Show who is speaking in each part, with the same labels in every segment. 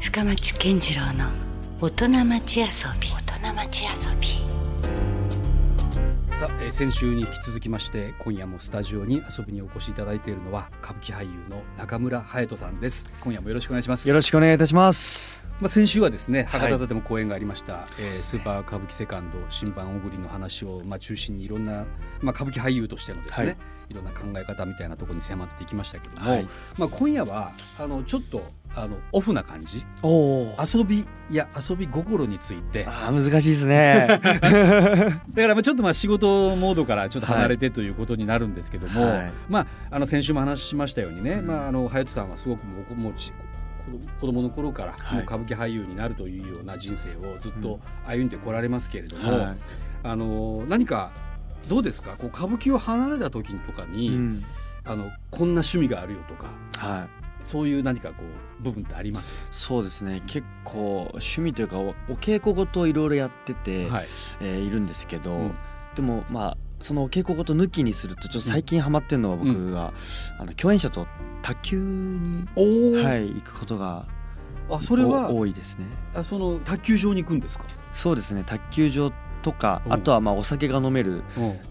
Speaker 1: 深町健次郎の大人町遊び大人町遊び
Speaker 2: さあ、えー先週に引き続きまして今夜もスタジオに遊びにお越しいただいているのは歌舞伎俳優の中村隼人さんです今夜もよろしくお願いします
Speaker 3: よろしくお願いいたします。
Speaker 2: まあ、先週はですね博多
Speaker 3: は
Speaker 2: 座でも公演がありました、え
Speaker 3: そう
Speaker 2: ー
Speaker 3: です
Speaker 2: ス
Speaker 3: ね
Speaker 2: ーパー歌舞伎セカンド新版小栗の話を、まあ、中心にいろんな、まあ、歌舞伎俳優としてのですね、
Speaker 3: はい
Speaker 2: い、ろんな考え方みたいなところに迫っていきましたけども、
Speaker 3: はい
Speaker 2: まあ、今夜はあのちょっとあのオフな感じ
Speaker 3: おお。
Speaker 2: 遊びや遊び心について
Speaker 3: あー難しいで すね。
Speaker 2: だからまあちょっとまあ仕事モードからちょっと離れてということになるんですけども、
Speaker 3: はい
Speaker 2: まあ、あの先週も話しましたようにね、
Speaker 3: うん
Speaker 2: まあ、あの隼人さんはすごくもうこもうち子子供の頃から
Speaker 3: はい
Speaker 2: もう歌舞伎俳優になるというような人生をずっ
Speaker 3: う
Speaker 2: と
Speaker 3: ん
Speaker 2: 歩んでこられますけれども、
Speaker 3: は
Speaker 2: あの何かどうですかこう歌舞伎を離れた時とか
Speaker 3: い。
Speaker 2: に、
Speaker 3: うん。
Speaker 2: あのこんな趣味があるよとか
Speaker 3: はい。
Speaker 2: そういう何かこう部分ってあります、
Speaker 3: そうですね。結構趣味というかおお稽古事をいろいろやってて、
Speaker 2: はい
Speaker 3: えーいるんですけど、
Speaker 2: うん
Speaker 3: でもまあ。そのお稽古事抜きにするとちょっと最近ハマってるのは僕
Speaker 2: うん
Speaker 3: は、あの共演者と卓球に、
Speaker 2: おー
Speaker 3: はい、行くことが
Speaker 2: あそれは
Speaker 3: お多いですね。
Speaker 2: あその卓球場に行くんですか、
Speaker 3: そうですね卓球場とか、
Speaker 2: うん
Speaker 3: あとはまあお酒が飲める、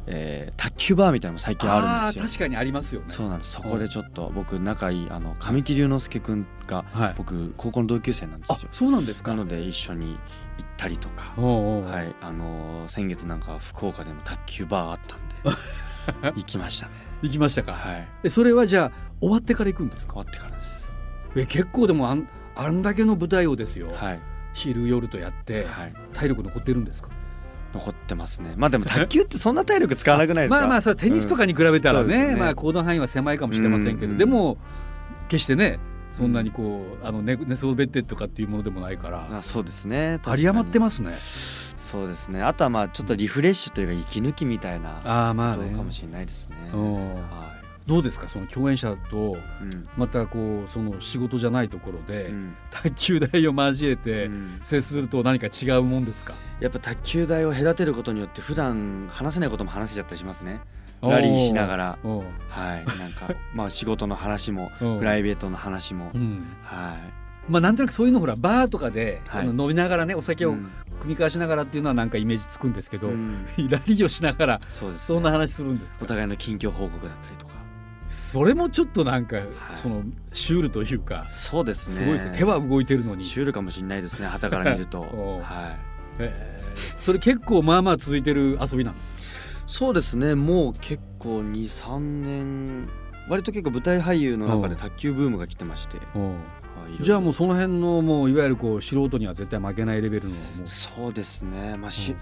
Speaker 3: えー卓球バーみたいなのも最近あるん
Speaker 2: あ
Speaker 3: です
Speaker 2: ー
Speaker 3: よ。
Speaker 2: 確かにありますよね。
Speaker 3: そうなんですそ
Speaker 2: ん
Speaker 3: こでちょっと僕仲いいあの神木隆之介くんが
Speaker 2: はい、
Speaker 3: 僕高校の同級生なんで
Speaker 2: あ
Speaker 3: すよ
Speaker 2: そうなんですか
Speaker 3: なので一緒に行ったりとか、
Speaker 2: おうおう
Speaker 3: はいあのー先月なんかは福岡でも卓球バーあった んで行きましたね
Speaker 2: 行きましたか、
Speaker 3: はい
Speaker 2: えそれはじゃあ終わってから行くんです
Speaker 3: 変
Speaker 2: か
Speaker 3: わってからです
Speaker 2: え結構でもあんあんだけの舞台をですよ、
Speaker 3: はい、
Speaker 2: 昼夜とやって、
Speaker 3: はい、
Speaker 2: 体力残ってるんですか
Speaker 3: 残ってますねまあでも卓球ってそんな体力使わなくないですか
Speaker 2: まあまあそれはテニスとかに比べたら
Speaker 3: うんそう
Speaker 2: ね,、
Speaker 3: ですね
Speaker 2: まあ行動範囲は狭いかもしれませんけど、
Speaker 3: うん
Speaker 2: でも決してねそんなにこう、あの寝寝そべってとかっていうものでもないから、
Speaker 3: あそうですね
Speaker 2: 有り余って
Speaker 3: ま
Speaker 2: ますね
Speaker 3: すそうですねあとはまあちょっとリフレッシュというか息抜きみたいなこ
Speaker 2: ああまあ
Speaker 3: と
Speaker 2: ね
Speaker 3: かもしれないですね、
Speaker 2: うん
Speaker 3: は
Speaker 2: どうですかその共演者と
Speaker 3: いうん
Speaker 2: またこうその仕事じゃないところで、
Speaker 3: うん
Speaker 2: 卓球台を交えて、
Speaker 3: うん
Speaker 2: 接すると何か違うもんですか
Speaker 3: やっぱ卓球台を隔てることによって普段話せないことも話せちゃったりしますねラリーしながら
Speaker 2: おう
Speaker 3: はいなんかまあ仕事の話も
Speaker 2: おう
Speaker 3: プライベートの話も
Speaker 2: うん
Speaker 3: はい
Speaker 2: まあなんとなくそういうのほらバーとかで、
Speaker 3: はい
Speaker 2: あの飲みながらねお酒を
Speaker 3: う
Speaker 2: 酌み
Speaker 3: ん
Speaker 2: 交わしながらっていうのはなんかイメージつくんですけど、
Speaker 3: うん
Speaker 2: ラリーをしながら
Speaker 3: そうです
Speaker 2: そん
Speaker 3: ね
Speaker 2: な話するんです
Speaker 3: お
Speaker 2: か
Speaker 3: 互いの近況報告だったりとか
Speaker 2: それもちょっとなんか、そのシュールというか
Speaker 3: そうですね
Speaker 2: すごいですね手は動いてるのに、
Speaker 3: シュールかもしれないですね旗から見 ると
Speaker 2: おう
Speaker 3: はい
Speaker 2: えーそれ結構まあまあ続いてる遊びなんですか
Speaker 3: そうですねもう結構23年割と結構舞台俳優の中
Speaker 2: おう
Speaker 3: で卓球ブームが来てましてはいいろいろ
Speaker 2: じゃあもうその辺のもういわゆるこう素人には絶対負けないレベルのも
Speaker 3: そうですねまあし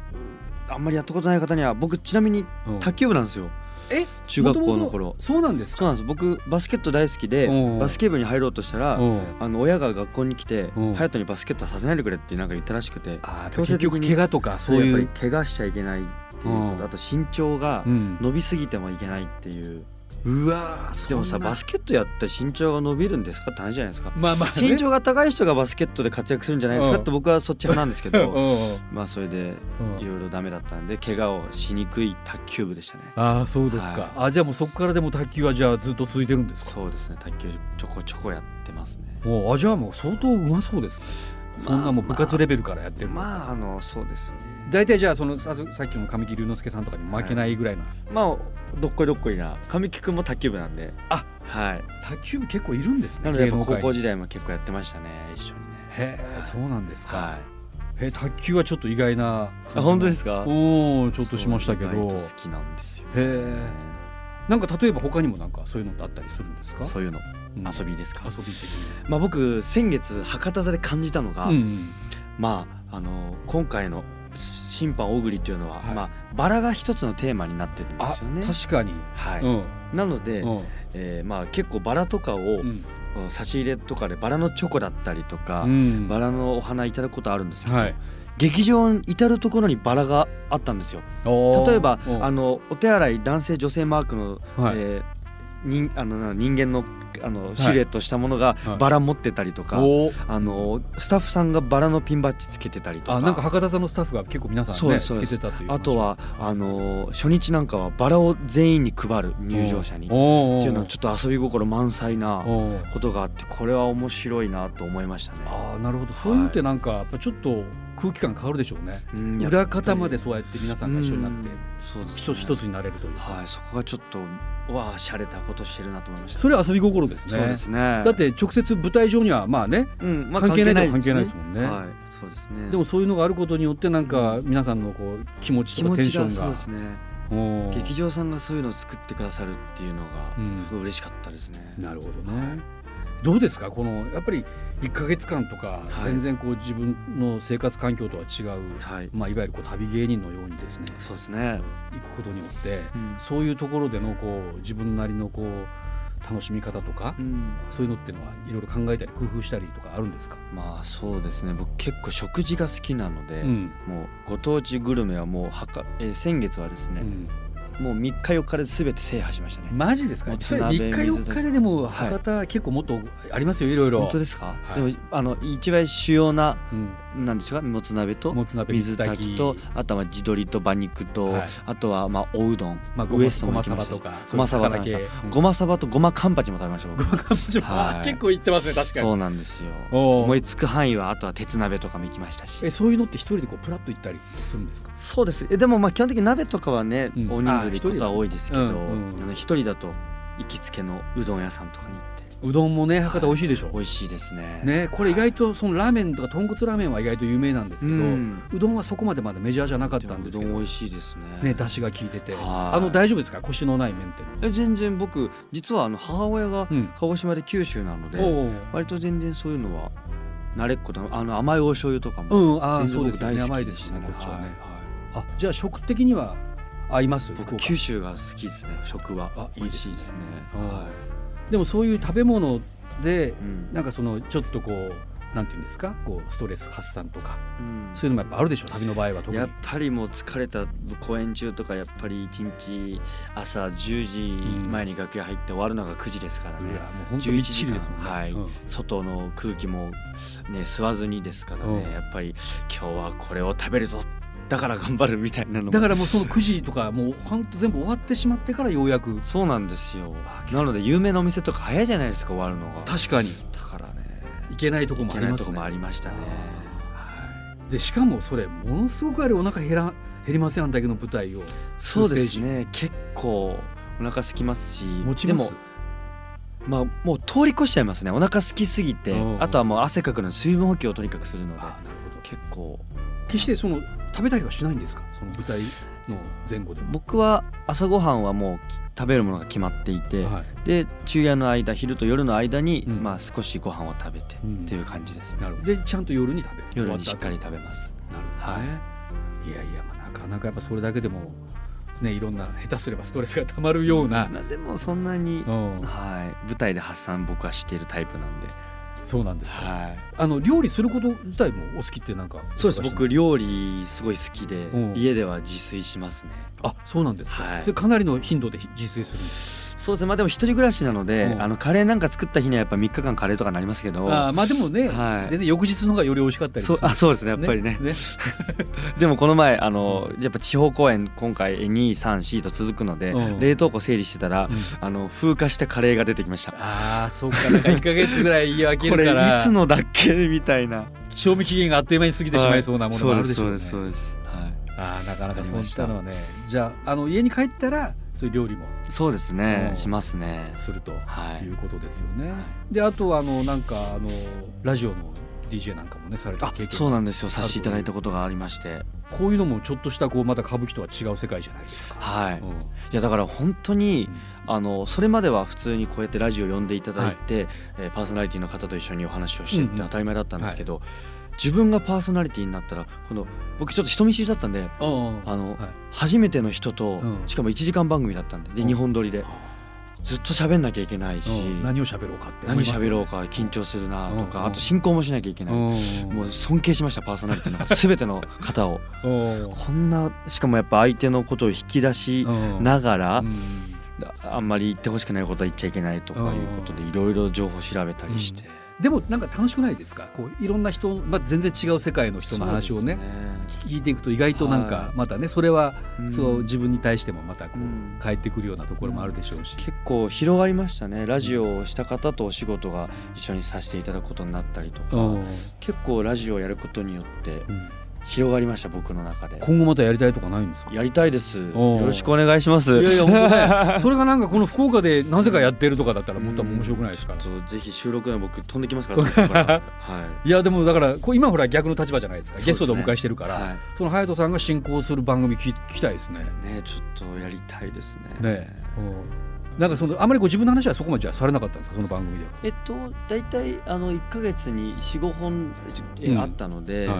Speaker 3: あんまりやったことない方には僕ちなみに
Speaker 2: う、うん
Speaker 3: 卓球部なんですよ
Speaker 2: え
Speaker 3: 中学校の
Speaker 2: 元々
Speaker 3: 頃
Speaker 2: そうなんです
Speaker 3: そう
Speaker 2: か
Speaker 3: なんです僕バスケット大好きで
Speaker 2: うん
Speaker 3: バスケ部に入ろうとしたら
Speaker 2: うん
Speaker 3: あの親が学校に来て
Speaker 2: うん
Speaker 3: 隼人にバスケットはさせないでくれってなんか言ったらしくて
Speaker 2: あー
Speaker 3: 強制
Speaker 2: 結
Speaker 3: 的に
Speaker 2: 局怪我とかそうい
Speaker 3: やっ
Speaker 2: う、
Speaker 3: ぱり怪我しちゃいけないっていうこ
Speaker 2: うん
Speaker 3: とあと身長が
Speaker 2: うん、
Speaker 3: 伸びすぎてもいけないっていう
Speaker 2: うわー
Speaker 3: でも
Speaker 2: そ
Speaker 3: さ
Speaker 2: んな
Speaker 3: バスケットやって身長が伸びるんですかって話じゃない ですか
Speaker 2: まあまあ、ね、
Speaker 3: 身長が高い人がバスケットで活躍するんじゃないですか
Speaker 2: うん
Speaker 3: って僕はそっち派なんですけ
Speaker 2: うん
Speaker 3: ど
Speaker 2: うん
Speaker 3: まあそれで
Speaker 2: うん
Speaker 3: いろいろダメだったんで怪我をしにくい卓球部でしたね
Speaker 2: ああそうですか、あじゃあもうそこからでも卓球はじゃあずっと続いてるんですか
Speaker 3: そうですね卓球ちょこちょこやってますね
Speaker 2: もうあじゃあもう相当うまそうですねそんなもう部活レベルからやってる
Speaker 3: まああのそうですね
Speaker 2: 大体じゃあそのささっきの神木隆之介さんとかにも負けないぐらいの、
Speaker 3: まあどっこいどっこいな神木君も卓球部なんで
Speaker 2: あ
Speaker 3: はい
Speaker 2: 卓球部結構いるんです
Speaker 3: な
Speaker 2: ね
Speaker 3: ので
Speaker 2: 芸
Speaker 3: やっ
Speaker 2: 能
Speaker 3: ぱ高
Speaker 2: 界
Speaker 3: 校時代も結構やってましたね一緒にね
Speaker 2: へえそうなんですか、
Speaker 3: はい
Speaker 2: へえ卓球はちょっと意外な感じ
Speaker 3: あ
Speaker 2: の
Speaker 3: 本当ですか
Speaker 2: おおちょっとしましたけど
Speaker 3: そう意外
Speaker 2: へ
Speaker 3: と好きなんですよ
Speaker 2: えなんか例えば他にもなんかそういうのってあったりするんですか
Speaker 3: そういうの
Speaker 2: うん
Speaker 3: 遊びですか、
Speaker 2: 遊び的に
Speaker 3: まあ、僕先月博多座で感じたのが、
Speaker 2: うん
Speaker 3: まああの今回の審判大栗っていうのは、
Speaker 2: はい
Speaker 3: まあ、バラが一つのテーマになってるんで
Speaker 2: あ
Speaker 3: すよね。
Speaker 2: 確かに、
Speaker 3: はい
Speaker 2: うん
Speaker 3: なので、
Speaker 2: うん
Speaker 3: えーまあ、結構バラとかを、
Speaker 2: うん
Speaker 3: 差し入れとかでバラのチョコだったりとか、
Speaker 2: うん
Speaker 3: バラのお花いただくことあるんですけど、
Speaker 2: はい
Speaker 3: 劇場に至る所にバラがあったんですよ。
Speaker 2: おー
Speaker 3: 例えば
Speaker 2: うん
Speaker 3: あのお手洗い男性女性マークの、
Speaker 2: はい
Speaker 3: えー人あのな人間のあのシルエットしたものが
Speaker 2: はい
Speaker 3: バラ持ってたりとか、
Speaker 2: おー
Speaker 3: あのスタッフさんがバラのピンバッジつけてたりとか
Speaker 2: あなんか博多さんのスタッフが結構皆さん
Speaker 3: そう
Speaker 2: ね
Speaker 3: ですそ
Speaker 2: つ
Speaker 3: う
Speaker 2: け
Speaker 3: です
Speaker 2: てたという話
Speaker 3: あとはあの初日なんかはバラを全員に配る入場者にっ
Speaker 2: おー
Speaker 3: ていうのはちょっと遊び心満載な
Speaker 2: おー
Speaker 3: ことがあってこれは面白いなと思いましたね。
Speaker 2: あーなるほどそういうのってなんかやっぱちょっと空気感変わるでしょうね、
Speaker 3: うん
Speaker 2: 裏方までそうやって皆さんが一緒になって
Speaker 3: うんそうです
Speaker 2: 一
Speaker 3: ね
Speaker 2: つ一つになれるというか、
Speaker 3: はいそこがちょっとうわあ洒落たことしてるなと思いました。
Speaker 2: それは遊び心です
Speaker 3: そう
Speaker 2: ね
Speaker 3: ですね。
Speaker 2: だっ、て直接舞台上にはまあね
Speaker 3: うん
Speaker 2: 関係ないとは関係ないですもんね
Speaker 3: はいそうですね。
Speaker 2: でもそういうのがあることによってなんか皆さんのこう気持ち
Speaker 3: 気
Speaker 2: とか
Speaker 3: 持
Speaker 2: テン
Speaker 3: ち
Speaker 2: ショ
Speaker 3: が
Speaker 2: ン
Speaker 3: そう
Speaker 2: が
Speaker 3: ですね。
Speaker 2: おー
Speaker 3: 劇場さんがそういうのを作ってくださるっていうの
Speaker 2: うん
Speaker 3: がすごい嬉しかったですね。
Speaker 2: なるほどね。どうですかこのやっぱり1ヶ月間とか
Speaker 3: はい
Speaker 2: 全然こう自分の生活環境とは違う、
Speaker 3: はい。
Speaker 2: まあ、いわゆるこう旅芸人のようにですね
Speaker 3: そうですね。
Speaker 2: 行くことによって
Speaker 3: うん
Speaker 2: そういうところでのこう自分なりのこう楽しみ方とか
Speaker 3: うん
Speaker 2: そういうのってのはいろいろ考えたり工夫したりとかあるんですか、
Speaker 3: まあそうですね。僕結構食事が好きなので、
Speaker 2: うん
Speaker 3: もうご当地グルメはもうはか、えー先月はです
Speaker 2: う
Speaker 3: ね、
Speaker 2: ん
Speaker 3: もう3日4日で全て制覇しましたね。
Speaker 2: マジですか
Speaker 3: もう
Speaker 2: それ
Speaker 3: 津
Speaker 2: 3
Speaker 3: 鍋
Speaker 2: 日4日ででも博多結構もっとありますよいろいろ。
Speaker 3: 本当ですか、
Speaker 2: はい
Speaker 3: でもあの一番主要な
Speaker 2: うん
Speaker 3: なんでしょうかもつ鍋と
Speaker 2: もつ鍋
Speaker 3: 水炊きと
Speaker 2: 水
Speaker 3: あとは地鶏と馬肉と、
Speaker 2: はい
Speaker 3: あとはまあおうどん、
Speaker 2: まあ、
Speaker 3: ウ
Speaker 2: ご
Speaker 3: エ
Speaker 2: ま
Speaker 3: ス
Speaker 2: サ
Speaker 3: ト
Speaker 2: バ
Speaker 3: も
Speaker 2: とか
Speaker 3: ごまさば
Speaker 2: そういう魚系うん
Speaker 3: ごまさばとごまカンパチも食 べました僕はい
Speaker 2: あ結構行ってますね確か
Speaker 3: そ
Speaker 2: に
Speaker 3: うなんですよ
Speaker 2: おー
Speaker 3: 思いつく範囲はあとは鉄鍋とかも行きましたし
Speaker 2: えそういうのって一人でこうプラッと行ったりするんですか
Speaker 3: そうですえでもまあ基本的に鍋とかはね、
Speaker 2: うん
Speaker 3: 大人数で行くこと
Speaker 2: あ
Speaker 3: は多いですけど
Speaker 2: う
Speaker 3: あ
Speaker 2: んうん
Speaker 3: の一人だと行きつけのうどん屋さんとかに行って
Speaker 2: うどんもね博多美味しいでしょ、
Speaker 3: 美味しいですね
Speaker 2: ねこれ意外とそのラーメンとか豚骨ラーメンは意外と有名なんです
Speaker 3: う
Speaker 2: けど、うんどんはそこまでまだメジャーじゃなかったんですけ
Speaker 3: うどん
Speaker 2: ど
Speaker 3: 美味しいですね
Speaker 2: ね出汁が効いてて
Speaker 3: はい
Speaker 2: あの大丈夫ですか腰のない麺っていうのは
Speaker 3: え全然僕実はあの母親が
Speaker 2: うん
Speaker 3: 鹿児島で九州なので、
Speaker 2: おう
Speaker 3: 割と全然そういうのは慣れっこだあの甘いお醤油とか
Speaker 2: う
Speaker 3: も
Speaker 2: んああ
Speaker 3: 全然
Speaker 2: そう
Speaker 3: 僕
Speaker 2: ですよね甘いですし
Speaker 3: 大
Speaker 2: ね
Speaker 3: 好
Speaker 2: こ
Speaker 3: き
Speaker 2: っちはね、
Speaker 3: いい
Speaker 2: あじゃあ食的には合います福
Speaker 3: 僕
Speaker 2: 岡
Speaker 3: 九州が好きですね食は
Speaker 2: あいい
Speaker 3: 美
Speaker 2: で
Speaker 3: 味
Speaker 2: す
Speaker 3: し
Speaker 2: ね
Speaker 3: いですね
Speaker 2: うん
Speaker 3: は
Speaker 2: でもそういう食べ物で
Speaker 3: いうん
Speaker 2: なんかそのちょっとこうなんていうんですかこうストレス発散とか
Speaker 3: うん
Speaker 2: そういうのもやっぱあるでしょ旅の場合は特に
Speaker 3: やっぱりもう疲れた公演中とかやっぱり一日朝10時前に楽屋入って終わるのが9時ですからね、
Speaker 2: いやもう本当にみっちりですもんね。
Speaker 3: 11はい
Speaker 2: うん
Speaker 3: 外の空気もね吸わずにですからね、
Speaker 2: うん
Speaker 3: やっぱり今日はこれを食べるぞだから頑張るみたいなのも
Speaker 2: だからもうその9時とかもう本当全部終わってしまってからようやく
Speaker 3: そうなんですよ
Speaker 2: あ
Speaker 3: なので有名なお店とか早いじゃないですか終わるのがだ
Speaker 2: 確かに
Speaker 3: からね
Speaker 2: 行けないとこ
Speaker 3: 行
Speaker 2: もあ
Speaker 3: け
Speaker 2: り
Speaker 3: ない
Speaker 2: ま
Speaker 3: と
Speaker 2: す
Speaker 3: こ
Speaker 2: ね
Speaker 3: もあ。りましたね
Speaker 2: でしかもそれものすごくあれお腹減ら減りませんあんだけの舞台を
Speaker 3: そうですね結構お腹空きますし
Speaker 2: 持ちます
Speaker 3: でもまあもう通り越しちゃいますねお腹空きすぎて
Speaker 2: うん
Speaker 3: あとはもう汗かくので水分補給をとにかくするので
Speaker 2: あなるほど
Speaker 3: 結構
Speaker 2: 決してその食べたりはしないんですかその舞台の前後でも。
Speaker 3: 僕は朝ごはんはもうき食べるものが決まっていて、
Speaker 2: はい
Speaker 3: で昼夜の間昼と夜の間に、
Speaker 2: うん
Speaker 3: まあ少しご飯を食べて
Speaker 2: うん
Speaker 3: っていう感じですね、
Speaker 2: なるほどでちゃんと夜に食べる
Speaker 3: 夜にしっかり
Speaker 2: 終
Speaker 3: 食べます
Speaker 2: わった後なるほどね、い、やいや、まあ、なかなかやっぱそれだけでもねいろんな下手すればストレスがたまるような、
Speaker 3: でもそんなに、
Speaker 2: うん
Speaker 3: はい舞台で発散僕はしているタイプなんで
Speaker 2: そうなんですか、
Speaker 3: はい
Speaker 2: あの料理すること自体もお好きってなんか
Speaker 3: そうです僕
Speaker 2: 料
Speaker 3: 料理すごい好きで、
Speaker 2: うん
Speaker 3: 家では自炊しますね
Speaker 2: あそうなんですか、
Speaker 3: はい
Speaker 2: それかなりの頻度で自炊するんです
Speaker 3: そうですねまあでも一人暮らしなので、
Speaker 2: うん
Speaker 3: あのカレーなんか作った日にはやっぱ3日間カレーとかなりますけど
Speaker 2: かあーまあでもね、
Speaker 3: はい
Speaker 2: 全然翌日の方がより美味しかったり
Speaker 3: そ
Speaker 2: も
Speaker 3: う
Speaker 2: する
Speaker 3: あそうですねやっぱりね
Speaker 2: ね
Speaker 3: でもこの前あのやっぱ地方公演今回234と続くので、
Speaker 2: うん
Speaker 3: 冷凍庫整理してた
Speaker 2: う
Speaker 3: ら、
Speaker 2: ん
Speaker 3: あの風化したカレーが出てきました
Speaker 2: あーそうかなんか1か月ぐらい空
Speaker 3: こ
Speaker 2: けるか
Speaker 3: れい
Speaker 2: ら
Speaker 3: つのだっけみたいな
Speaker 2: 賞味期限があっという間に過ぎてしまいそうなものもあるでしょう
Speaker 3: は
Speaker 2: ね、
Speaker 3: いそうですそうですそうです、はい
Speaker 2: あーなかなかそう
Speaker 3: あり
Speaker 2: い
Speaker 3: ま
Speaker 2: っ
Speaker 3: した
Speaker 2: たのはねじゃああの家に帰ったらそういう料理も
Speaker 3: そうですね
Speaker 2: うん
Speaker 3: しますね
Speaker 2: すると
Speaker 3: はい
Speaker 2: いうことですよね、
Speaker 3: は
Speaker 2: であとはあのなんかあのラジオの DJ なんかもねされた
Speaker 3: あ
Speaker 2: 経験
Speaker 3: そうなんですよさせていただいたことがありまして
Speaker 2: こういうのもちょっとしたこうまた歌舞伎とは違う世界じゃないですか。
Speaker 3: はい
Speaker 2: うん
Speaker 3: いやだから本当にあのそれまでは普通にこうやってラジオ呼んでいただいて、えーパーソナリティの方と一緒にお話をしてって
Speaker 2: うんうん
Speaker 3: 当たり前だったんですけど、自分がパーソナリティになったらこの僕ちょっと人見知りだったんで
Speaker 2: うん
Speaker 3: あの、
Speaker 2: はい
Speaker 3: 初めての人と、
Speaker 2: うん
Speaker 3: しかも1時間番組だったんでで
Speaker 2: うん
Speaker 3: 日本撮りでずっと喋んなきゃいけないし、
Speaker 2: うん何を喋ろうかって思
Speaker 3: 何
Speaker 2: います
Speaker 3: 喋
Speaker 2: よ
Speaker 3: ろ
Speaker 2: ね
Speaker 3: うか緊張するなと
Speaker 2: うん
Speaker 3: か、
Speaker 2: うん
Speaker 3: あと進行もしなきゃいけない、
Speaker 2: うん
Speaker 3: もう尊敬しましたパーソナリティの方全ての方を
Speaker 2: うん
Speaker 3: こんなしかもやっぱ相手のことを引き出し
Speaker 2: うん
Speaker 3: ながら、
Speaker 2: うん
Speaker 3: ああんまり言ってほしくないことは言っちゃいけないとかいうことでいろいろ情報調べたりして、
Speaker 2: でもなんか楽しくないですかこういろんな人、まあ、全然違う世界の人の話をね聞いていくと意外となん
Speaker 3: は
Speaker 2: かまたねそれは
Speaker 3: うん
Speaker 2: そう自分に対してもまたこ
Speaker 3: うん
Speaker 2: う返ってくるようなところもあるでしょうし、
Speaker 3: 結構広がりましたねラジオをした方とお仕事が一緒にさせていただくことになったりとか、
Speaker 2: うん
Speaker 3: 結構ラジオをやることによって
Speaker 2: うん
Speaker 3: 広がりました僕の中で
Speaker 2: 今後またやりたいとかないんですか
Speaker 3: やりたいです
Speaker 2: おう
Speaker 3: よろしくお願いします
Speaker 2: いやい や本当 ねそれがなんかこの福岡でなぜかやってるとかだったらもっと面白くないですか、
Speaker 3: ちょっとぜひ収録の僕飛んできますからこ こからはい
Speaker 2: いやでもだからこう今ほら逆の立場じゃないですか
Speaker 3: そう
Speaker 2: ゲ
Speaker 3: ですね
Speaker 2: ストでお迎えしてるから、
Speaker 3: は
Speaker 2: その隼人さんが進行する番組聞き聞きたいですね。
Speaker 3: いねちょっとやりたいですね
Speaker 2: ねうんなんかそのあまりご自分の話はそこまでじゃあされなかったんですかその番組では。
Speaker 3: えっと大体あの1か月に45本え
Speaker 2: うん
Speaker 3: あったので、
Speaker 2: はい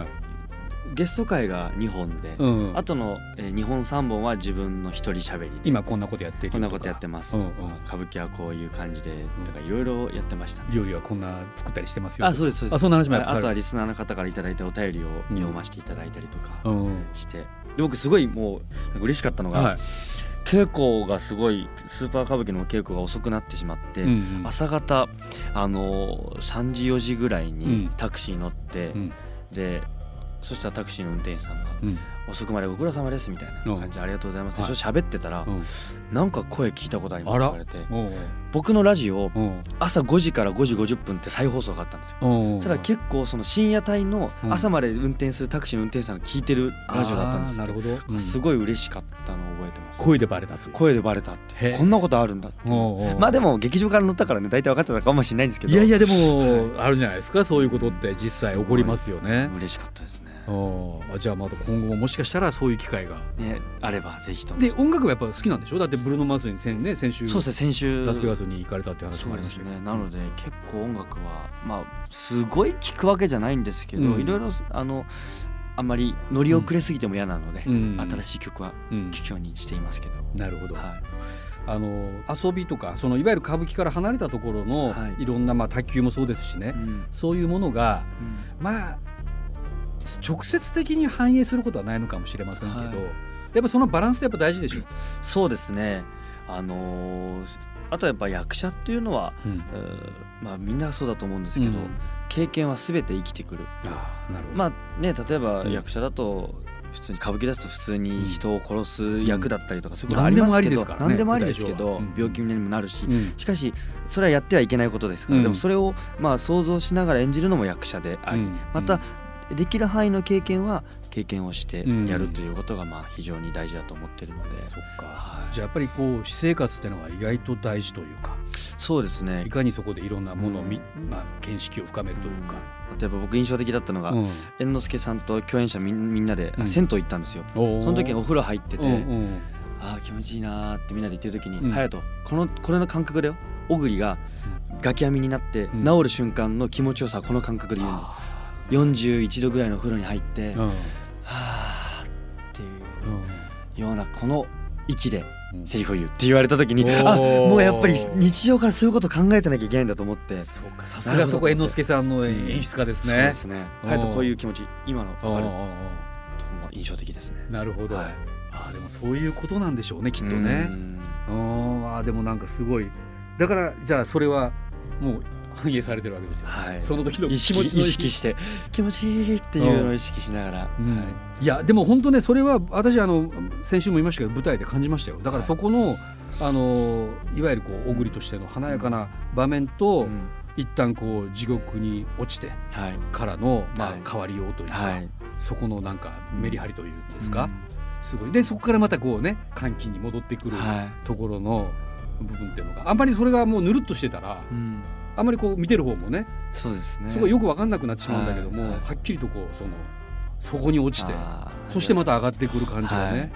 Speaker 3: ゲスト会が2本で、
Speaker 2: うん
Speaker 3: あとの、えー、2本3本は自分の一人しゃべりで
Speaker 2: 今こんなことやってる
Speaker 3: こんな
Speaker 2: よ
Speaker 3: こととや
Speaker 2: か
Speaker 3: ってますとか、
Speaker 2: うんうん
Speaker 3: 歌舞伎はこういう感じでとかいろいろやってましたね、
Speaker 2: 料理はこんな作ったりしてますよ
Speaker 3: あそうですそうです
Speaker 2: あそんな話もやっぱ
Speaker 3: ああと
Speaker 2: さ
Speaker 3: は
Speaker 2: れて
Speaker 3: リスナーの方からいただいたお便りを
Speaker 2: うん
Speaker 3: 読ませていただいたりと
Speaker 2: う
Speaker 3: か
Speaker 2: ん
Speaker 3: して、で僕すごいもうなんか嬉しかったのが、
Speaker 2: は
Speaker 3: 稽古がすごいスーパー歌舞伎の稽古が遅くなってしまって、
Speaker 2: いうん
Speaker 3: 朝方あの3時4時ぐらいうに
Speaker 2: ん
Speaker 3: タクシーに乗って、
Speaker 2: うん
Speaker 3: でそしたらタクシーの運転手さんが
Speaker 2: うん
Speaker 3: 「遅くまでご苦労様です」みたいな感じで「ありがとうございます」
Speaker 2: は
Speaker 3: で
Speaker 2: い
Speaker 3: それ喋ってたら
Speaker 2: うん
Speaker 3: 「なんか声聞いたことあります」
Speaker 2: あ
Speaker 3: って
Speaker 2: ら
Speaker 3: 言われ
Speaker 2: お
Speaker 3: て
Speaker 2: う
Speaker 3: 僕のラジオ
Speaker 2: おう
Speaker 3: 朝5時から5時50分って再放送があったんですよ。
Speaker 2: おう
Speaker 3: ただ結構その深夜帯の
Speaker 2: うん
Speaker 3: 朝まで運転するタクシーの運転手さんが聞いてるラジオだったんです
Speaker 2: あ
Speaker 3: け
Speaker 2: ーな
Speaker 3: ど
Speaker 2: るほどうん
Speaker 3: すごい嬉しかったのを覚えてます。
Speaker 2: 声でバレたという
Speaker 3: 声でバレたって
Speaker 2: へえ
Speaker 3: こんなことあるんだって
Speaker 2: おうおう
Speaker 3: まあでも劇場から乗ったからね大体分かってたかもしれないんですけど
Speaker 2: いやいやでもあるじゃないですかそういうことって実際起こりますよね
Speaker 3: 嬉しかったですね
Speaker 2: おうあじゃあまた今後ももしかしたらそういう機会が
Speaker 3: ねあればぜひとも
Speaker 2: で音楽はやっぱ好きなんでしょだってブルーノ・マースに先,、ね、先週
Speaker 3: そうですね先週
Speaker 2: ラスベガスに行かれたって話
Speaker 3: そ
Speaker 2: もあ
Speaker 3: う
Speaker 2: り
Speaker 3: で
Speaker 2: ますしたけど
Speaker 3: ねなので結構音楽はまあすごい聴くわけじゃないんですけど、
Speaker 2: うん
Speaker 3: いろいろあのあんまり乗り遅れすぎても嫌なので、
Speaker 2: うん
Speaker 3: 新しい曲は
Speaker 2: うん
Speaker 3: 聴くようにしていますけど、
Speaker 2: なるほど、
Speaker 3: はい、
Speaker 2: あの遊びとかそのいわゆる歌舞伎から離れたところの、
Speaker 3: はい
Speaker 2: い、ろんな、まあ、卓球もそうですしね、
Speaker 3: うん
Speaker 2: そういうものがまあ直接的に反映することはないのかもしれませんけど、
Speaker 3: はい
Speaker 2: やっぱそのバランスってやっぱ大事でしょ、
Speaker 3: そうですねあのーあとやっぱ役者っていうのは、
Speaker 2: うん
Speaker 3: えーまあみんなそうだと思うんですけど、
Speaker 2: うん
Speaker 3: 経験は全て生きてくる
Speaker 2: ああなるほど、
Speaker 3: まあね例えば
Speaker 2: うん
Speaker 3: 役者だと普通に歌舞伎ですと普通に人を殺す役だったりとかそういうこと
Speaker 2: うん
Speaker 3: あり
Speaker 2: 何
Speaker 3: ますけ
Speaker 2: でもありで
Speaker 3: ど
Speaker 2: すからね
Speaker 3: 何でもありですけ
Speaker 2: 舞台上は
Speaker 3: ど
Speaker 2: うん
Speaker 3: 病気にもなるし
Speaker 2: うん
Speaker 3: しかしそれはやってはいけないことですから
Speaker 2: うん
Speaker 3: でもそれをまあ想像しながら演じるのも役者であ
Speaker 2: う
Speaker 3: り
Speaker 2: ん
Speaker 3: またできる範囲の経験は経験をして
Speaker 2: うん
Speaker 3: やるということがまあ非常に大事だと思ってるので
Speaker 2: そっか
Speaker 3: はい
Speaker 2: じゃあやっぱりこう私生活ってのは意外と大事というか
Speaker 3: そうですね
Speaker 2: いかにそこでいろんなものを見、
Speaker 3: うん
Speaker 2: まあ、見識を深めるというか、
Speaker 3: 例えば僕印象的だったのが
Speaker 2: うん
Speaker 3: 猿之助さんと共演者みんみんなで
Speaker 2: うん
Speaker 3: 銭湯行ったんですよ
Speaker 2: おー
Speaker 3: その時にお風呂入ってて
Speaker 2: うんうん
Speaker 3: あー気持ちいいなーってみんなで言ってる時
Speaker 2: うん
Speaker 3: に隼人、このこれの感覚だよ小栗がガキ網になって
Speaker 2: うん
Speaker 3: 治る瞬間の気持ちよさはこの感覚で言うの、
Speaker 2: あ
Speaker 3: 41度ぐらいの風呂に入って、
Speaker 2: ー
Speaker 3: は
Speaker 2: うん
Speaker 3: あっていう
Speaker 2: うん
Speaker 3: ようなこの息で
Speaker 2: うん
Speaker 3: セリフを言うって言われた時に、
Speaker 2: おー
Speaker 3: あもうやっぱり日常からそういうことを考えてなきゃいけないんだと思って
Speaker 2: そうかさすがそこ猿之助さんの
Speaker 3: うん
Speaker 2: 演出家です
Speaker 3: そう
Speaker 2: ね
Speaker 3: で。すね
Speaker 2: おー
Speaker 3: 隼人こういう気持ち今の
Speaker 2: おうお
Speaker 3: 分
Speaker 2: う
Speaker 3: か
Speaker 2: お
Speaker 3: る
Speaker 2: う
Speaker 3: とも印象的ですね。
Speaker 2: なるほど。
Speaker 3: はい
Speaker 2: ああでもそういうことなんでしょうねきっとね
Speaker 3: う。ん
Speaker 2: うんああでもなんかすごいだからじゃあそれはもう反映されてるわけですよ。
Speaker 3: はい、
Speaker 2: その時の
Speaker 3: 意
Speaker 2: 気
Speaker 3: 識
Speaker 2: 持ちの
Speaker 3: 意識して気持ちいいっていうのを意識しながら、
Speaker 2: うん
Speaker 3: はい
Speaker 2: いやでも本当ねそれは私あの先週も言いましたけど舞台で感じましたよだからそこの、あのいわゆるこう小栗としての華やかな場面と、
Speaker 3: うん
Speaker 2: 一旦こう地獄に落ちて
Speaker 3: はい
Speaker 2: からの、まあ
Speaker 3: はい
Speaker 2: 変わりようというか、
Speaker 3: はい
Speaker 2: そこのなんかメリハリというんですか、すごいでそこからまたこうね歓喜に戻ってく
Speaker 3: うん
Speaker 2: る
Speaker 3: は
Speaker 2: ところの部分っていうのがあんまりそれがもうぬるっとしてたら
Speaker 3: い、うん、
Speaker 2: あんまりこう見てる方もね
Speaker 3: そうですね
Speaker 2: すごいよく分かんなくなってしまうんだけども、
Speaker 3: はい
Speaker 2: はっきりとこうそのそこに落ちて
Speaker 3: あー
Speaker 2: そしてまた上がってくる感じがね、
Speaker 3: はい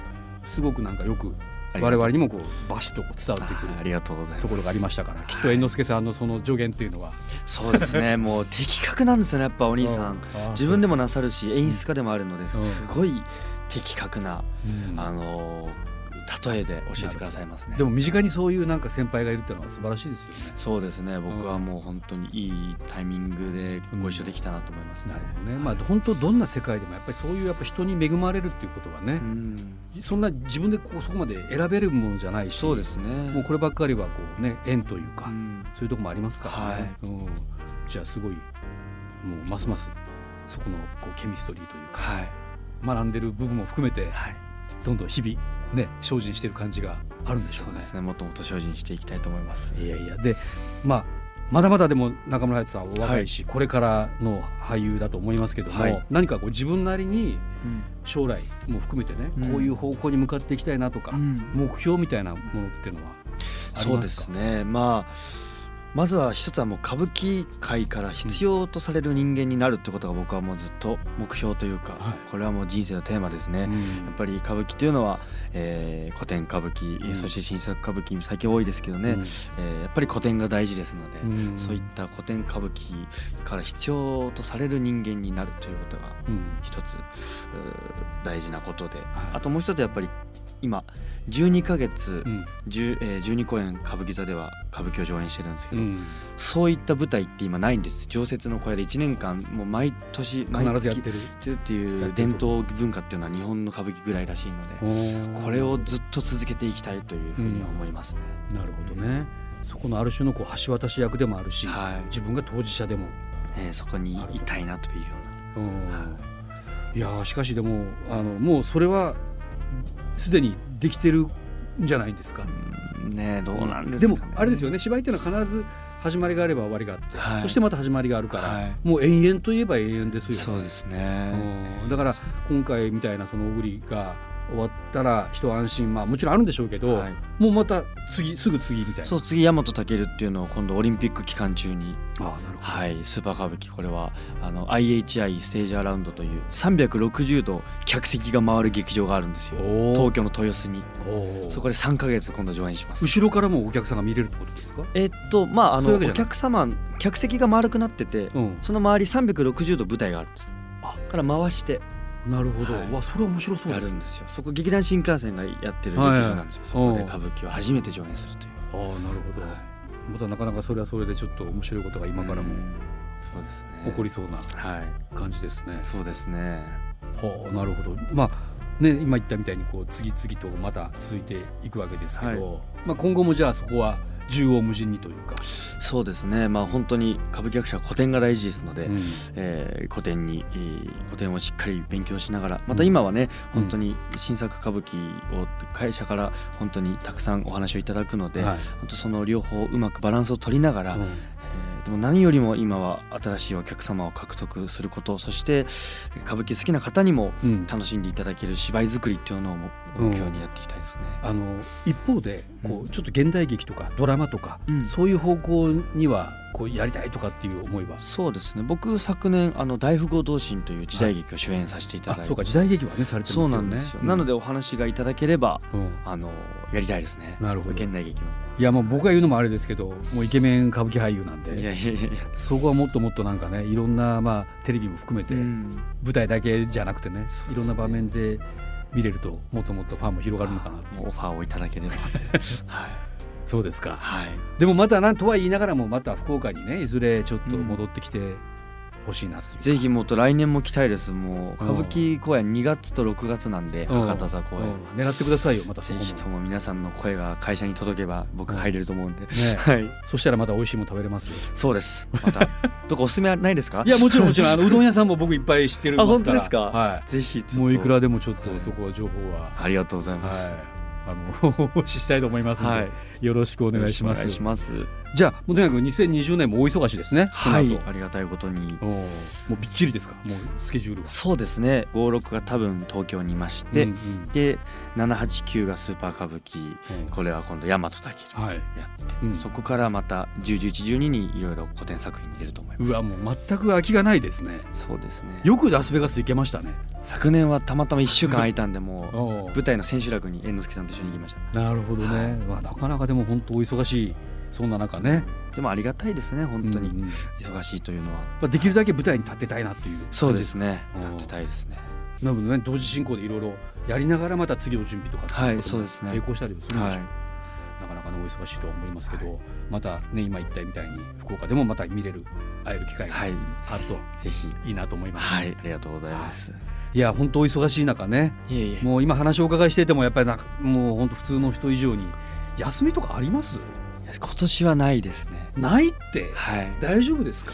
Speaker 2: すごくなんかよく
Speaker 3: あり
Speaker 2: 我
Speaker 3: がとう
Speaker 2: 々にもこうバシッとこう伝わってく
Speaker 3: あーあ
Speaker 2: る
Speaker 3: りがとうございます
Speaker 2: ところがありましたからきっと猿之助さんのその助言っていうのは。
Speaker 3: そうです ねもう的確なんですよねやっぱお兄さん
Speaker 2: あー
Speaker 3: 自分でもなさるし演出家でもあるのですごい的確な、
Speaker 2: うん
Speaker 3: あのー例えで教えてくださいますね
Speaker 2: でも身近にそういうなんか先輩がいるっていうのは素晴らしいですよね。
Speaker 3: そうですね僕はもう本当にいいタイミングでご一緒できたなと思いますね
Speaker 2: なるほどね。まあ本当どんな世界でもやっぱりそういうやっぱ人に恵まれるっていうことはね
Speaker 3: う、ん
Speaker 2: そんな自分でこうそこまで選べるものじゃないし、
Speaker 3: そうですね
Speaker 2: もうこればっかりはこうね縁というか、
Speaker 3: うん
Speaker 2: そういうとこもありますからね。うん、じゃあすごいもうますますそこのこうケミストリーというか
Speaker 3: はい
Speaker 2: 学んでる部分も含めて
Speaker 3: はい
Speaker 2: どんどん日々ね精進してる感じがあるんでしょ
Speaker 3: そうう
Speaker 2: ね
Speaker 3: で。すねもっともっと精進していきたいと思います
Speaker 2: いやいやでまあまだまだでも中村隼人さんはお若いし、これからの俳優だと思いますけども、
Speaker 3: はい
Speaker 2: 何かこう自分なりに
Speaker 3: うん
Speaker 2: 将来も含めてね、
Speaker 3: うん
Speaker 2: こういう方向に向かっていきたいなとか、目標みたいなものっていうのはありますか
Speaker 3: そうですねまあまずは一つはもう歌舞伎界から必要とされる人間になるってことが僕はもうずっと目標というか、
Speaker 2: はい
Speaker 3: これはもう人生のテーマですね、
Speaker 2: う
Speaker 3: や
Speaker 2: ん
Speaker 3: っぱり歌舞伎というのは、えー古典歌舞伎、
Speaker 2: うん
Speaker 3: そして新作歌舞伎最近多いですけどね、
Speaker 2: うん
Speaker 3: えーやっぱり古典が大事ですので、
Speaker 2: うん
Speaker 3: そういった古典歌舞伎から必要とされる人間になるということが
Speaker 2: うん
Speaker 3: 一つうー大事なことで、
Speaker 2: はい
Speaker 3: あともう一つやっぱり今12ヶ月、
Speaker 2: うん
Speaker 3: 10えー12公演歌舞伎座では歌舞伎を上演してるんですけ
Speaker 2: うん
Speaker 3: ど、そういった舞台って今ないんです常設の小屋で1年間もう毎年毎
Speaker 2: 必ずやっ
Speaker 3: 月
Speaker 2: てる
Speaker 3: やってるっていう伝統文化っていうのは日本の歌舞伎ぐらいらしいのでこれをずっと続けていきたいというふうには思いますね。
Speaker 2: なるほどねそこのある種のこう橋渡し役でもあるし、
Speaker 3: はい
Speaker 2: 自分が当事者でも
Speaker 3: えーそこにいたいなというよ
Speaker 2: うん
Speaker 3: うな、はい
Speaker 2: いやーしかしでもあのもうそれはすでにできてるんじゃないんですか。
Speaker 3: うんねえどうなんで
Speaker 2: で
Speaker 3: すかね、
Speaker 2: もあれですよね芝居っていうのは必ず始まりがあれば終わりがあって、
Speaker 3: はい
Speaker 2: そしてまた始まりがあるから、
Speaker 3: はい
Speaker 2: もう延々といえば延々ですよね。
Speaker 3: そうですね。
Speaker 2: うんだから今回みたいなその小栗が終わったら一安心まあもちろんあるんでしょうけど、
Speaker 3: はい
Speaker 2: もうまた次すぐ次みたいな。
Speaker 3: そう次大和健っていうのを今度オリンピック期間中に
Speaker 2: ああなるほ
Speaker 3: はい、スーパー歌舞伎これはあの IHI ステージアラウンドという360度客席が回る劇場があるんですよ
Speaker 2: ど。
Speaker 3: 東京の豊洲に
Speaker 2: おー
Speaker 3: そこで3ヶ月今度上演します
Speaker 2: 後ろからもお客さんが見れるってことですか。
Speaker 3: えっとまああ
Speaker 2: そういう
Speaker 3: の
Speaker 2: わけじゃ
Speaker 3: お
Speaker 2: ない
Speaker 3: 客様客席が丸くなってて
Speaker 2: うん。
Speaker 3: その周り360度舞台があるんです
Speaker 2: あ
Speaker 3: から回して
Speaker 2: なるほど。
Speaker 3: はいう
Speaker 2: わそれ面白そう
Speaker 3: や
Speaker 2: で
Speaker 3: る
Speaker 2: す
Speaker 3: ん
Speaker 2: ね。
Speaker 3: ですよそこ劇団新幹線がやってる劇場なんですよそ
Speaker 2: はいはい
Speaker 3: こで歌舞伎を初めて上演するという
Speaker 2: ああなるほど。
Speaker 3: はい
Speaker 2: またなかなかそれはそれでちょっと面白いことが今から
Speaker 3: う
Speaker 2: も
Speaker 3: んそうですね
Speaker 2: 起こりそうな
Speaker 3: はい
Speaker 2: 感じですね。
Speaker 3: そうですね
Speaker 2: はあなるほど。まあね今言ったみたいにこう次々とまた続いていくわけですけど、まあ今後もじゃあそこは縦横無尽にというか、
Speaker 3: そうですねまあ本当に歌舞伎役者は古典が大事ですので、
Speaker 2: うん
Speaker 3: えー古典に、えー古典をしっかり勉強しながらまた今はね、
Speaker 2: うん
Speaker 3: 本当に新作歌舞伎を会社から本当にたくさんお話をいただくので、
Speaker 2: はい
Speaker 3: 本当その両方うまくバランスを取りながら、
Speaker 2: うん
Speaker 3: えーでも何よりも今は新しいお客様を獲得することそして歌舞伎好きな方にも
Speaker 2: うん
Speaker 3: 楽しんでいただける芝居作りっていうのをも
Speaker 2: うん
Speaker 3: 目標にやっていきたいですね。
Speaker 2: あの一方でこ
Speaker 3: う
Speaker 2: うちょっと現代劇とかドラマとか、
Speaker 3: うん
Speaker 2: そういう方向にはこうやりたいとかっていう思いは。
Speaker 3: そうですね僕昨年あの大富豪同心という時代劇を主演させていただい
Speaker 2: あ
Speaker 3: て、
Speaker 2: そうか時代劇はねされて
Speaker 3: そ
Speaker 2: ま
Speaker 3: う
Speaker 2: す
Speaker 3: な
Speaker 2: よ
Speaker 3: んで
Speaker 2: ね
Speaker 3: すよ、。なの
Speaker 2: で、
Speaker 3: でお話がいただければ
Speaker 2: うん
Speaker 3: あのやりたいですね
Speaker 2: なるほど
Speaker 3: 現代劇も
Speaker 2: いやもう僕が言うのもあれですけど、もうイケメン歌舞伎俳優なんで。
Speaker 3: いやいやいやいや
Speaker 2: そこはもっともっとなんかねいろんな、まあ、テレビも含めて、
Speaker 3: うん
Speaker 2: 舞台だけじゃなくてね
Speaker 3: そうですね
Speaker 2: いろんな場面で見れるともっともっとファンも広がるのかな
Speaker 3: もうオファーをいただけ ればはい
Speaker 2: そうですか
Speaker 3: はい
Speaker 2: でもまたなんとは言いながらもまた福岡にねいずれちょっと戻ってきてほしいなっていうか
Speaker 3: ぜひもっと来年も来たいですもう
Speaker 2: うん
Speaker 3: 歌舞伎公演2月と6月なんで
Speaker 2: うん
Speaker 3: 博多座公演
Speaker 2: うん狙ってくださいよまたそ
Speaker 3: ぜ
Speaker 2: こも、
Speaker 3: ひとも皆さんの声が会社に届けば僕
Speaker 2: うん
Speaker 3: 入れると思うんで、
Speaker 2: ね
Speaker 3: はい
Speaker 2: そしたらまた美味しいもの食べれ ますよ
Speaker 3: そうですま たどこおすすめはないですか
Speaker 2: いやもちろんもちろんあのうどん屋さんも僕いっぱい知ってるま
Speaker 3: あ
Speaker 2: す
Speaker 3: 本当ですか
Speaker 2: は
Speaker 3: ぜひち
Speaker 2: い
Speaker 3: ょっと
Speaker 2: もういくらでもちょっとそこは情報は、
Speaker 3: ありがとうございます
Speaker 2: はいあの おししたいと思いますので、
Speaker 3: はい
Speaker 2: よろしくお願いしま
Speaker 3: よ
Speaker 2: す
Speaker 3: ろくお願いします
Speaker 2: じゃあもうとにかく2020年も大忙しですね。この
Speaker 3: は
Speaker 2: 後
Speaker 3: いありがたいことに
Speaker 2: おーもうびっちりですか。もうスケジュールは。
Speaker 3: そうですね56が多分東京にいまして、
Speaker 2: うんうん
Speaker 3: で789がスーパー歌舞伎
Speaker 2: うん
Speaker 3: これは今度大和武尊
Speaker 2: はい。
Speaker 3: やって、
Speaker 2: うん
Speaker 3: そこからまた101112にいろいろ古典作品に出ると思います
Speaker 2: うわもう全く空きがないですね。
Speaker 3: そうですね
Speaker 2: よくラスベガス行けましたね。
Speaker 3: 昨年はたまたま1週間空いたん でも
Speaker 2: お
Speaker 3: う
Speaker 2: ー
Speaker 3: 舞台の千秋楽に猿之助さんと一緒に行きまし
Speaker 2: なるほどね。
Speaker 3: はい
Speaker 2: まあなかなかでも本当お忙しいそんな中ね。
Speaker 3: たでもありがたいですね本当
Speaker 2: うん
Speaker 3: に
Speaker 2: うんま
Speaker 3: 忙しいというのは、
Speaker 2: あできるだけ舞台に立てたいなっていう感じ。
Speaker 3: そうですね
Speaker 2: うん
Speaker 3: 立ってたいですね
Speaker 2: なのでね同時進行でいろいろやりながらまた並行して次の準備とかっていこ
Speaker 3: はい
Speaker 2: と
Speaker 3: そう
Speaker 2: も
Speaker 3: ですね
Speaker 2: 並行したりもするんで
Speaker 3: は
Speaker 2: しょう、
Speaker 3: い
Speaker 2: なかなかねお忙しいとは思いますけど、またね今言ったみたいに福岡でもまた見れる会える機会が
Speaker 3: はい
Speaker 2: あると
Speaker 3: ぜひ
Speaker 2: いいなと思います、、
Speaker 3: はいいありがとうございます、
Speaker 2: や本当お忙しい中ね
Speaker 3: い、えいえ
Speaker 2: もう今話をお伺いしていてもやっぱりなんかもう本当普通の人以上に休みとかあります
Speaker 3: 今年はないですね
Speaker 2: ないって
Speaker 3: はい
Speaker 2: 大丈夫ですか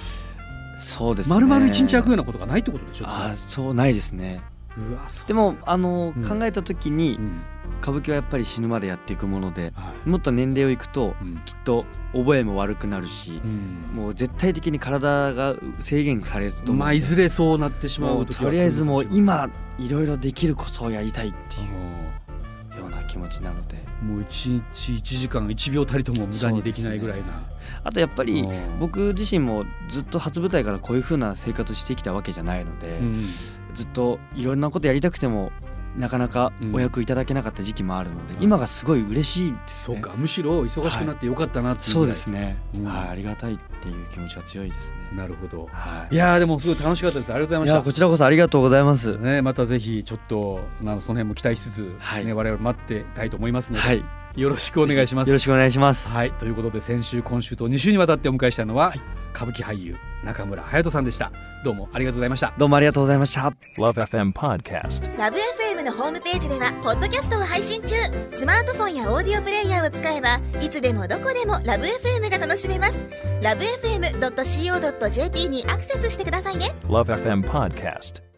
Speaker 3: そうですね
Speaker 2: 丸々一日空くようなことがないってことでしょつま
Speaker 3: あそうないですね
Speaker 2: りうわそう
Speaker 3: でもあの、
Speaker 2: うん
Speaker 3: 考えた時に
Speaker 2: うん
Speaker 3: 歌舞伎はやっぱり死ぬまでやっていくもので
Speaker 2: はい
Speaker 3: もっと年齢をいくと
Speaker 2: うん
Speaker 3: きっと覚えも悪くなるし、もう絶対的に体が制限されると思う
Speaker 2: まあいずれそうなってしま
Speaker 3: も
Speaker 2: う
Speaker 3: う
Speaker 2: 時は
Speaker 3: とりあえずもう
Speaker 2: 来るか
Speaker 3: 今いろいろできることをやりたいって
Speaker 2: もしれない
Speaker 3: いうような気持ちなので
Speaker 2: うんもう一日一時間一秒たりとも無駄にできないぐらいな
Speaker 3: あとやっぱり
Speaker 2: うん
Speaker 3: 僕自身もずっと初舞台からこういう風な生活してきたわけじゃないので、
Speaker 2: うん
Speaker 3: ずっといろんなことやりたくてもなかなかお役いただけなかった時期もあるので、
Speaker 2: うん
Speaker 3: 今がすごい嬉しいです
Speaker 2: そ
Speaker 3: ね。
Speaker 2: うかむしろ忙しくなってよかったなっていう
Speaker 3: そ
Speaker 2: ぐ
Speaker 3: う
Speaker 2: ら
Speaker 3: で
Speaker 2: い
Speaker 3: すね、
Speaker 2: うん
Speaker 3: はいありがたいっていう気持ちが強いですね。
Speaker 2: なるほど
Speaker 3: はいい。
Speaker 2: やーでもすごい楽しかったですありがとうご
Speaker 3: い
Speaker 2: ざいま
Speaker 3: や
Speaker 2: した
Speaker 3: こちらこそありがとうございます。
Speaker 2: ね、またぜひちょっとあのその辺も期待しつつ、
Speaker 3: はい
Speaker 2: ね、我々待ってたいと思いますので、
Speaker 3: はい。よ
Speaker 2: よろしくお願いします。
Speaker 3: ろしくお願いします。
Speaker 2: はい、ということで先週今週と2週にわたってお迎えしたのは、歌舞伎俳優中村隼人さんでしたどうもありがとうございました。
Speaker 3: どうもありがとうございました。
Speaker 4: Love FM Podcast.
Speaker 5: ラブ f m のホームページではポッドキャストを配信中スマートフォンやオーディオプレイヤーを使えばいつでもどこでもラブ f m が楽しめますラブ FM.co.jp にアクセスしてくださいね
Speaker 4: Love FM Podcast.